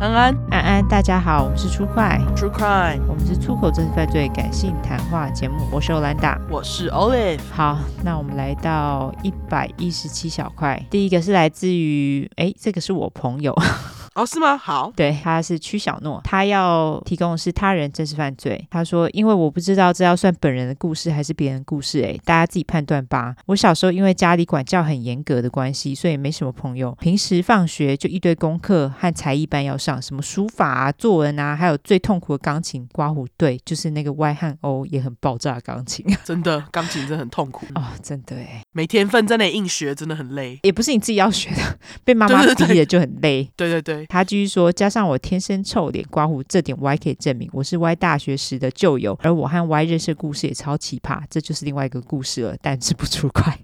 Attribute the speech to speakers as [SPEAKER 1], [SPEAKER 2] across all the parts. [SPEAKER 1] 安安
[SPEAKER 2] 安安，大家好，我们是出快，
[SPEAKER 1] ，True Crime，
[SPEAKER 2] 我们是出口真实犯罪感性谈话节目，我是欧兰达。
[SPEAKER 1] 我是 Olive。
[SPEAKER 2] 好，那我们来到一百一十七小块，第一个是来自于，诶，这个是我朋友，
[SPEAKER 1] 哦，是吗？好，
[SPEAKER 2] 对，他是屈小诺，他要提供的是他人真实犯罪。他说，因为我不知道这要算本人的故事还是别人的故事、欸，大家自己判断吧。我小时候因为家里管教很严格的关系，所以没什么朋友。平时放学就一堆功课和才艺班要上，什么书法啊、作文啊，还有最痛苦的钢琴刮胡，对，就是那个 Y 和 O 也很爆炸的钢琴
[SPEAKER 1] 真的，钢琴真的很痛苦，
[SPEAKER 2] 哦，真的哎，
[SPEAKER 1] 没天分，真的硬学真的很累。
[SPEAKER 2] 也不是你自己要学的，被妈妈
[SPEAKER 1] 对对对
[SPEAKER 2] 逼的就很累。
[SPEAKER 1] 对对 对，
[SPEAKER 2] 他继续说，加上我天生臭脸刮胡，这点 Y 可以证明我是 Y 大学时的旧友，而我和 Y 认识的故事也超奇葩，这就是另外一个故事了，但是不出快。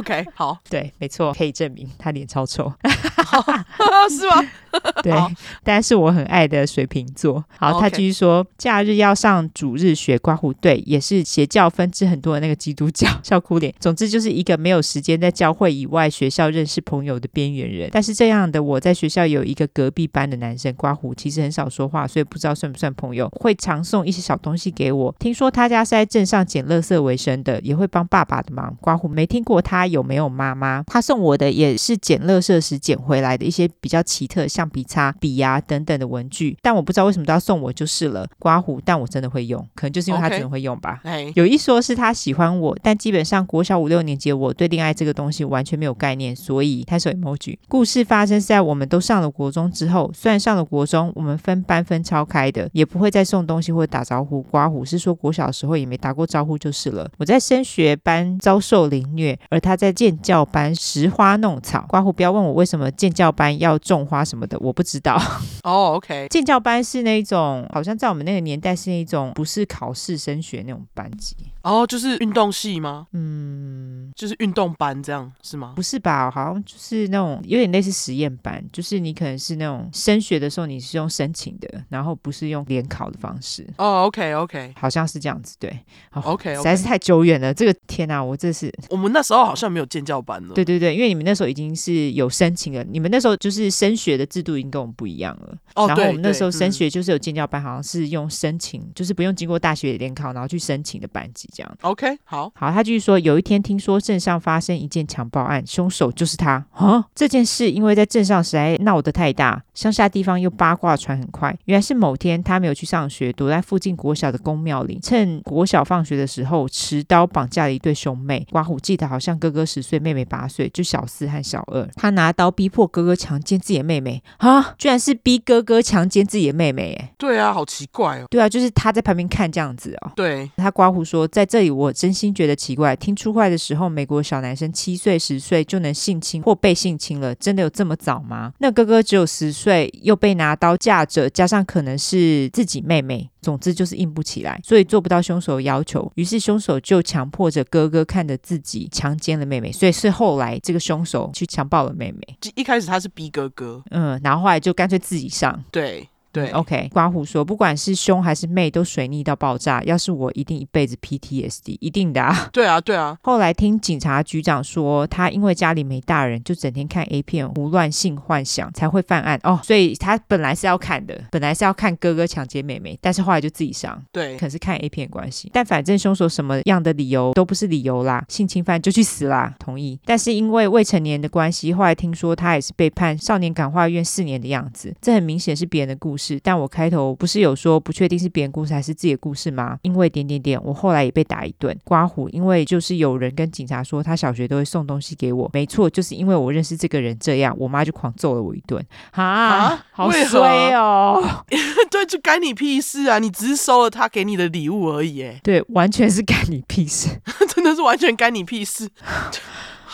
[SPEAKER 1] o k 好，
[SPEAKER 2] 对，没错，可以证明他脸超臭。
[SPEAKER 1] 是 吗？
[SPEAKER 2] 对
[SPEAKER 1] 好，哦
[SPEAKER 2] 但是我很爱的水瓶座。好，
[SPEAKER 1] OK
[SPEAKER 2] 他继续说，假日要上主日学刮胡队，也是邪教分支很多的那个基督教， 笑哭脸。总之就是一个没有时间在教会以外学校认识朋友的边缘人。但是这样的我在学校有一个隔壁班的男生刮胡，其实很少说话，所以不知道算不算朋友。会常送一些小东西给我。听说他家是在镇上捡垃圾为生的，也会帮爸爸的忙。刮胡没听过他有没有妈妈？他送我的也是捡垃圾时捡回来的一些比较奇特的橡皮擦、笔呀、等等的文具，但我不知道为什么都要送我就是了。刮胡，但我真的会用，可能就是因为他
[SPEAKER 1] OK
[SPEAKER 2] 真的会用吧。
[SPEAKER 1] 哎，
[SPEAKER 2] 有一说是他喜欢我，但基本上国小五六年级的我对恋爱这个东西完全没有概念，所以开始 emoji。故事发生是在我们都上了国中之后，虽然上了国中，我们分班分超开的，也不会再送东西或打招呼。刮胡是说国小的时候也没打过招呼就是了。我在升学班遭受凌虐，而他在建教班拾花弄草。刮胡不要问我为什么建教班要种花什么的，我不知道。
[SPEAKER 1] 哦，OK，
[SPEAKER 2] 建教班是那种好像在我们那个年代是那种不是考试升学那种班级。
[SPEAKER 1] 哦，就是运动系吗？
[SPEAKER 2] 嗯，
[SPEAKER 1] 就是运动班这样是吗？
[SPEAKER 2] 不是吧？好像就是那种有点类似实验班，就是你可能是那种升学的时候你是用申请的，然后不是用联考的方式，
[SPEAKER 1] 哦，OK，OK，OK，OK、
[SPEAKER 2] 好像是这样子。对，
[SPEAKER 1] o k
[SPEAKER 2] 哦实
[SPEAKER 1] o k
[SPEAKER 2] 在是太久远了。这个天哪、我这是
[SPEAKER 1] 我们那时候好像没有建教班了。
[SPEAKER 2] 对对对，因为你们那时候已经是有申请了，你们那时候就是升学的制度已经跟我们不一样了。
[SPEAKER 1] 哦，
[SPEAKER 2] 然后
[SPEAKER 1] 对
[SPEAKER 2] 我们那时候
[SPEAKER 1] 对
[SPEAKER 2] 升
[SPEAKER 1] 嗯
[SPEAKER 2] 学就是有建教班，好像是用申请，就是不用经过大学联考，然后去申请的班级这样。
[SPEAKER 1] OK，好，
[SPEAKER 2] 好，他继续说，有一天听说镇上发生一件强暴案，凶手就是他。啊，这件事因为在镇上实在闹得太大，乡下地方又八卦传很快。原来是某天他没有去上学，躲在附近国小的公庙里，趁国小放学的时候，持刀绑架了一对兄妹。刮胡记得好像哥哥十岁，妹妹八岁，就小四和小二。他拿刀逼迫哥哥强奸自己的妹妹，啊，居然是逼哥哥强奸自己的妹妹。哎，
[SPEAKER 1] 对啊，好奇怪哦。
[SPEAKER 2] 对啊，就是他在旁边看这样子哦。
[SPEAKER 1] 对，
[SPEAKER 2] 他刮胡说，在这里我真心觉得奇怪，听出快的时候，美国小男生七岁、十岁就能性侵或被性侵了，真的有这么早吗？那哥哥只有十岁，又被拿刀架着，加上可能是自己妹妹。总之就是硬不起来，所以做不到凶手的要求。于是凶手就强迫着哥哥看着自己强奸了妹妹，所以是后来这个凶手去强暴了妹妹，
[SPEAKER 1] 一开始他是逼哥哥，
[SPEAKER 2] 嗯，然后后来就干脆自己上。
[SPEAKER 1] 对对
[SPEAKER 2] OK，刮胡说，不管是兄还是妹，都水逆到爆炸。要是我，一定一辈子 PTSD，一定的啊。
[SPEAKER 1] 对啊，对啊，
[SPEAKER 2] 后来听警察局长说，他因为家里没大人，就整天看 A 片，胡乱性幻想才会犯案哦。所以他本来是要看的，本来是要看哥哥强奸妹妹，但是后来就自己上，
[SPEAKER 1] 对
[SPEAKER 2] 可，能是看 A 片的关系。但反正凶手什么样的理由都不是理由啦，性侵犯就去死啦，同意。但是因为未成年的关系，后来听说他也是被判少年感化院四年的样子。这很明显是别人的故事，但我开头不是有说不确定是别人故事还是自己的故事吗？因为点点点，我后来也被打一顿。刮胡，因为就是有人跟警察说他小学都会送东西给我，没错，就是因为我认识这个人这样，我妈就狂揍了我一顿。哈
[SPEAKER 1] 啊，
[SPEAKER 2] 好
[SPEAKER 1] 为何
[SPEAKER 2] 衰哦。
[SPEAKER 1] 对，就该你屁事啊！你只是收了他给你的礼物而已，哎，
[SPEAKER 2] 对，完全是干你屁事。
[SPEAKER 1] 真的是完全该你屁事。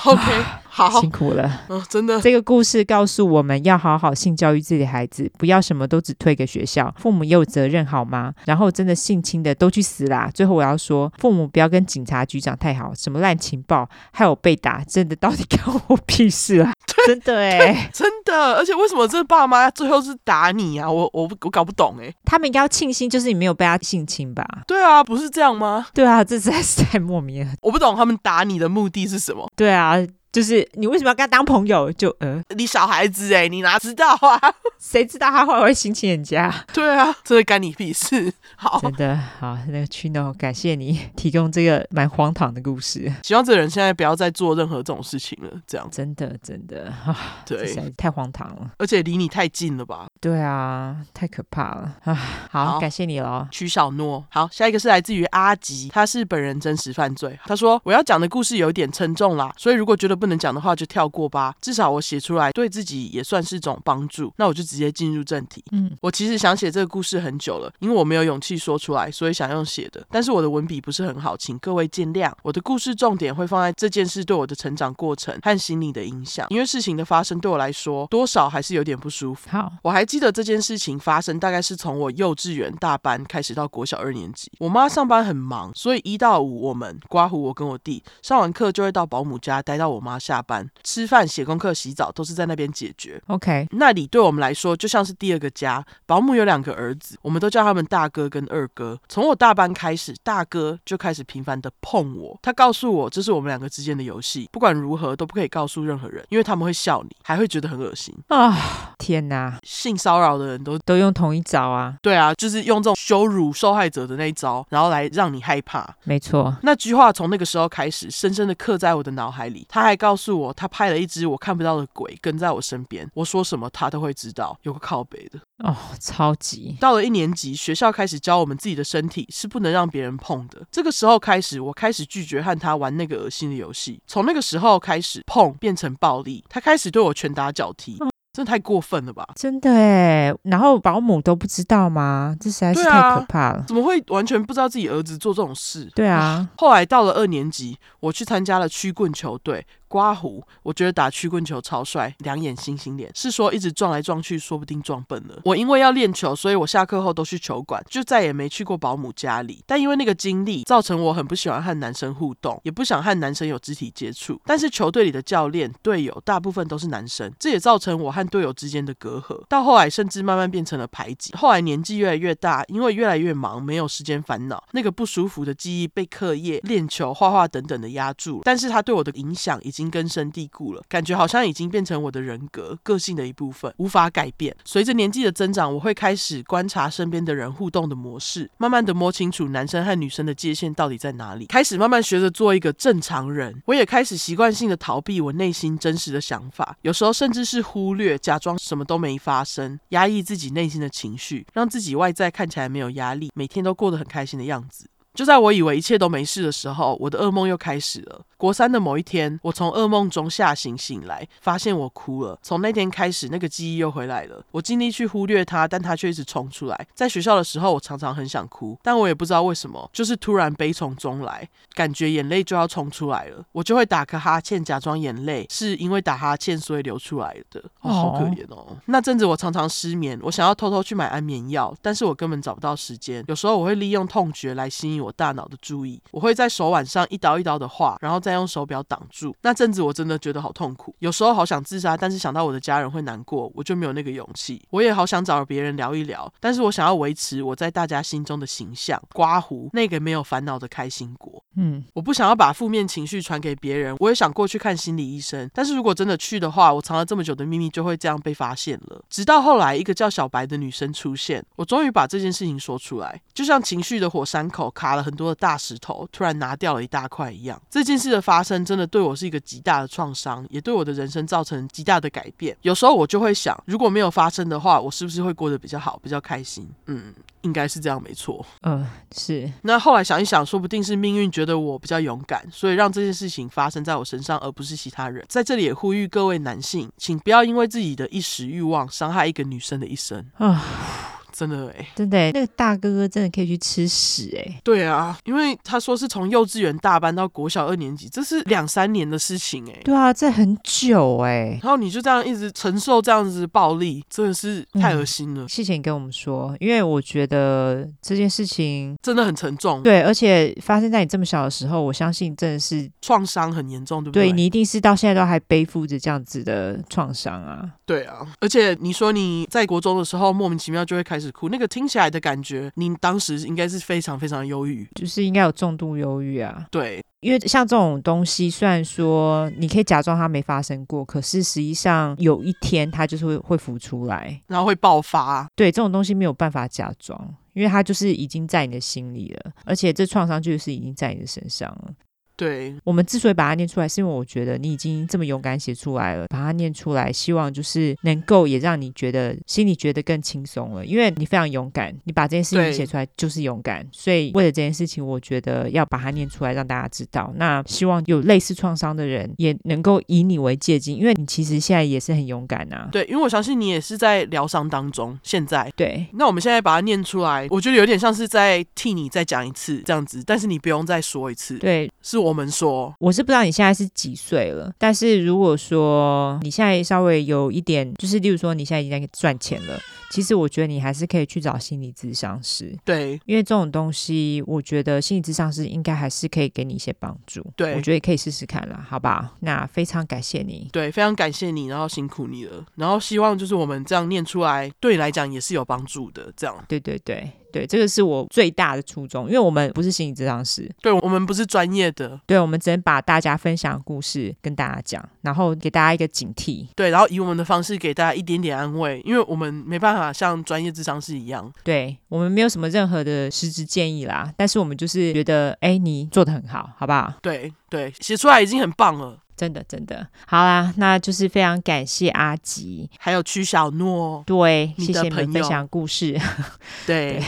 [SPEAKER 1] OK，好，
[SPEAKER 2] 辛苦了。
[SPEAKER 1] 嗯，真 的，
[SPEAKER 2] 这个故事告诉我们要好好性教育自己的孩子，不要什么都只推给学校，父母也有责任好吗？然后真的性侵的都去死啦！最后我要说，父母不要跟警察局长太好，什么烂情报，害我被打，真的到底关我屁事啊！真的哎，
[SPEAKER 1] 真的，而且为什么这爸妈最后是打你啊？我我不我搞不懂，哎，
[SPEAKER 2] 他们应该要庆幸，就是你没有被他性侵吧？
[SPEAKER 1] 对啊，不是这样吗？
[SPEAKER 2] 对啊，这实在是太莫名了。
[SPEAKER 1] 我不懂他们打你的目的是什么。
[SPEAKER 2] 对啊，就是你为什么要跟他当朋友？就呃，
[SPEAKER 1] 你小孩子哎、你哪知道啊？
[SPEAKER 2] 谁知道他会不会心情人家？
[SPEAKER 1] 对啊，这个干你屁事。好，
[SPEAKER 2] 真的好，那个 Chino，感谢你提供这个蛮荒唐的故事，
[SPEAKER 1] 希望这个人现在不要再做任何这种事情了。这样
[SPEAKER 2] 真的真的啊，这实
[SPEAKER 1] 对，
[SPEAKER 2] 在是太荒唐了。
[SPEAKER 1] 而且离你太近了吧？
[SPEAKER 2] 对啊，太可怕了啊！好，
[SPEAKER 1] 好
[SPEAKER 2] 感谢你喽。
[SPEAKER 1] 曲小诺。好，下一个是来自于阿吉，他是本人真实犯罪。他说：“我要讲的故事有一点沉重啦，所以如果觉得不能讲的话就跳过吧。至少我写出来对自己也算是种帮助。那我就直接进入正题。
[SPEAKER 2] 嗯，
[SPEAKER 1] 我其实想写这个故事很久了，因为我没有勇气说出来，所以想用写的。但是我的文笔不是很好，请各位见谅。我的故事重点会放在这件事对我的成长过程和心理的影响，因为事情的发生对我来说多少还是有点不舒服。
[SPEAKER 2] 好，
[SPEAKER 1] 我还记得这件事情发生，大概是从我幼稚园大班开始到国小二年级。我妈上班很忙，所以一到五我们刮胡我跟我弟上完课就会到保姆家待到我妈下班，吃饭、写功课、洗澡都是在那边解决。
[SPEAKER 2] ，OK，
[SPEAKER 1] 那里对我们来说就像是第二个家。保姆有两个儿子，我们都叫他们大哥跟二哥。从我大班开始，大哥就开始频繁的碰我。他告诉我，这是我们两个之间的游戏，不管如何都不可以告诉任何人，因为他们会笑你，还会觉得很恶心。
[SPEAKER 2] 啊，天哪，
[SPEAKER 1] 性骚扰的人都
[SPEAKER 2] 都用同一招啊，
[SPEAKER 1] 对啊，就是用这种羞辱受害者的那一招，然后来让你害怕。
[SPEAKER 2] 没错，
[SPEAKER 1] 那句话从那个时候开始，深深的刻在我的脑海里。他还告诉我，他派了一只我看不到的鬼跟在我身边，我说什么他都会知道，有个靠北的。
[SPEAKER 2] 哦，超级，
[SPEAKER 1] 到了一年级，学校开始教我们自己的身体是不能让别人碰的。这个时候开始，我开始拒绝和他玩那个恶心的游戏。从那个时候开始，碰变成暴力，他开始对我拳打脚踢，真的太过分了吧？
[SPEAKER 2] 真的哎。然后保姆都不知道吗？这实在是
[SPEAKER 1] 对
[SPEAKER 2] 太
[SPEAKER 1] 啊
[SPEAKER 2] 可怕了。
[SPEAKER 1] 怎么会完全不知道自己儿子做这种事？
[SPEAKER 2] 对啊，
[SPEAKER 1] 后来到了二年级，我去参加了曲棍球队，刮胡。我觉得打曲棍球超帅，两眼星星脸，是说一直撞来撞去，说不定撞笨了。我因为要练球，所以我下课后都去球馆，就再也没去过保姆家里。但因为那个经历，造成我很不喜欢和男生互动，也不想和男生有肢体接触。但是球队里的教练、队友大部分都是男生，这也造成我和队友之间的隔阂。到后来，甚至慢慢变成了排挤。后来年纪越来越大，因为越来越忙，没有时间烦恼，那个不舒服的记忆被课业、练球、画画等等的压住了。但是它对我的影响已经根深蒂固了，感觉好像已经变成我的人格、个性的一部分，无法改变。随着年纪的增长，我会开始观察身边的人互动的模式，慢慢的摸清楚男生和女生的界限到底在哪里，开始慢慢学着做一个正常人。我也开始习惯性的逃避我内心真实的想法，有时候甚至是忽略，假装什么都没发生，压抑自己内心的情绪，让自己外在看起来没有压力，每天都过得很开心的样子。就在我以为一切都没事的时候，我的噩梦又开始了。国三的某一天，我从噩梦中吓醒，醒来发现我哭了。从那天开始，那个记忆又回来了。我尽力去忽略它，但它却一直冲出来。在学校的时候，我常常很想哭，但我也不知道为什么，就是突然悲从中来，感觉眼泪就要冲出来了。我就会打个哈欠，假装眼泪是因为打哈欠所以流出来的。哦，好可
[SPEAKER 2] 哦
[SPEAKER 1] 怜。哦。那阵子我常常失眠，我想要偷偷去买安眠药，但是我根本找不到时间。有时候我会利用痛觉来吸引我大脑的注意，我会在手腕上一刀一刀的画，然后再用手表挡住。那阵子我真的觉得好痛苦，有时候好想自杀，但是想到我的家人会难过，我就没有那个勇气。我也好想找别人聊一聊，但是我想要维持我在大家心中的形象，刮胡那个没有烦恼的开心果。
[SPEAKER 2] 嗯，
[SPEAKER 1] 我不想要把负面情绪传给别人，我也想过去看心理医生。但是如果真的去的话，我藏了这么久的秘密就会这样被发现了。直到后来，一个叫小白的女生出现，我终于把这件事情说出来，就像情绪的火山口卡了很多的大石头，突然拿掉了一大块一样。这件事的发生真的对我是一个极大的创伤，也对我的人生造成极大的改变。有时候我就会想，如果没有发生的话，我是不是会过得比较好，比较开心？嗯，应该是这样，没错。
[SPEAKER 2] 呃，是，
[SPEAKER 1] 那后来想一想，说不定是命运觉得我比较勇敢，所以让这件事情发生在我身上，而不是其他人。在这里也呼吁各位男性，请不要因为自己的一时欲望伤害一个女生的一生。
[SPEAKER 2] 啊，
[SPEAKER 1] 真的诶、
[SPEAKER 2] 真的耶，那个大哥哥真的可以去吃屎哎。
[SPEAKER 1] 对啊，因为他说是从幼稚园大班到国小二年级，这是两三年的事情诶、
[SPEAKER 2] 对啊，这很久哎。
[SPEAKER 1] 然后你就这样一直承受这样子的暴力，真的是太
[SPEAKER 2] 嗯
[SPEAKER 1] 恶心了，
[SPEAKER 2] 谢谢你跟我们说，因为我觉得这件事情
[SPEAKER 1] 真的很沉重，
[SPEAKER 2] 对，而且发生在你这么小的时候，我相信真的是
[SPEAKER 1] 创伤很严重，对不
[SPEAKER 2] 对
[SPEAKER 1] 对？
[SPEAKER 2] 你一定是到现在都还背负着这样子的创伤啊。
[SPEAKER 1] 对啊，而且你说你在国中的时候莫名其妙就会开始哭。那个听起来的感觉，您当时应该是非常非常忧郁。
[SPEAKER 2] 就是应该有重度忧郁啊。
[SPEAKER 1] 对，
[SPEAKER 2] 因为像这种东西，虽然说你可以假装它没发生过，可是实际上有一天它就是会会浮出来。
[SPEAKER 1] 然后会爆发。
[SPEAKER 2] 对，这种东西没有办法假装，因为它就是已经在你的心里了，而且这创伤就是已经在你的身上了。
[SPEAKER 1] 对，
[SPEAKER 2] 我们之所以把它念出来，是因为我觉得你已经这么勇敢写出来了，把它念出来，希望就是能够也让你觉得心里觉得更轻松了，因为你非常勇敢，你把这件事情
[SPEAKER 1] 对
[SPEAKER 2] 写出来就是勇敢，所以为了这件事情，我觉得要把它念出来让大家知道。那希望有类似创伤的人也能够以你为借鉴，因为你其实现在也是很勇敢啊。
[SPEAKER 1] 对，因为我相信你也是在疗伤当中。现在，
[SPEAKER 2] 对，
[SPEAKER 1] 那我们现在把它念出来，我觉得有点像是在替你再讲一次这样子，但是你不用再说一次，
[SPEAKER 2] 对，
[SPEAKER 1] 是我们说。
[SPEAKER 2] 我是不知道你现在是几岁了，但是如果说你现在稍微有一点，就是例如说你现在已经在赚钱了，其实我觉得你还是可以去找心理咨商师。
[SPEAKER 1] 对，
[SPEAKER 2] 因为这种东西，我觉得心理咨商师应该还是可以给你一些帮助。
[SPEAKER 1] 对
[SPEAKER 2] 我觉得也可以试试看啦，好不好？那非常感谢你。
[SPEAKER 1] 对，非常感谢你，然后辛苦你了，然后希望就是我们这样念出来，对你来讲也是有帮助的。这样，
[SPEAKER 2] 对对对对，这个是我最大的初衷，因为我们不是心理咨商师，
[SPEAKER 1] 对我们不是专业的，
[SPEAKER 2] 对我们只能把大家分享的故事跟大家讲，然后给大家一个警惕。
[SPEAKER 1] 对，然后以我们的方式给大家一点点安慰，因为我们没办法像专业智商是一样。
[SPEAKER 2] 对我们没有什么任何的实质建议啦，但是我们就是觉得，哎，你做的很好，好不好？
[SPEAKER 1] 对对，写出来已经很棒了。
[SPEAKER 2] 真的，真的，好啦，那就是非常感谢阿吉，
[SPEAKER 1] 还有曲小诺，
[SPEAKER 2] 对，
[SPEAKER 1] 你
[SPEAKER 2] 谢
[SPEAKER 1] 的
[SPEAKER 2] 谢你
[SPEAKER 1] 朋友
[SPEAKER 2] 们分享故事。
[SPEAKER 1] 对，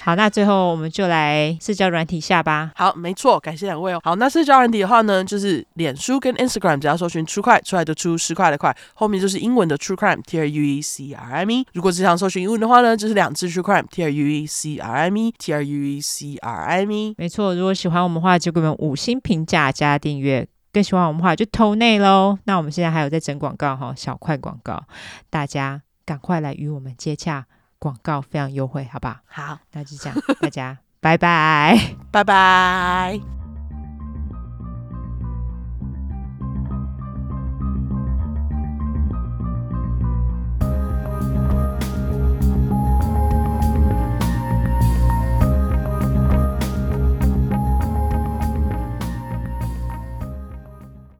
[SPEAKER 2] 好，那最后我们就来社交软体下吧。
[SPEAKER 1] 好，没错，感谢两位哦。好，那社交软体的话呢，就是脸书跟 Instagram，只要搜寻“出块”出来的出十块的块，后面就是英文的 “True Crime” T R U E C R M E。如果只想搜寻英文的话呢，就是两次 “True Crime” T R U E C R M E T R U E C R M E。
[SPEAKER 2] 没错，如果喜欢我们的话，就给我们五星评价加订阅。更喜欢我们的话，就投内喽。那我们现在还有在整广告哈，小块广告，大家赶快来与我们接洽，广告非常优惠，好不好？
[SPEAKER 1] 好，
[SPEAKER 2] 那就这样，大家拜拜。
[SPEAKER 1] 拜拜。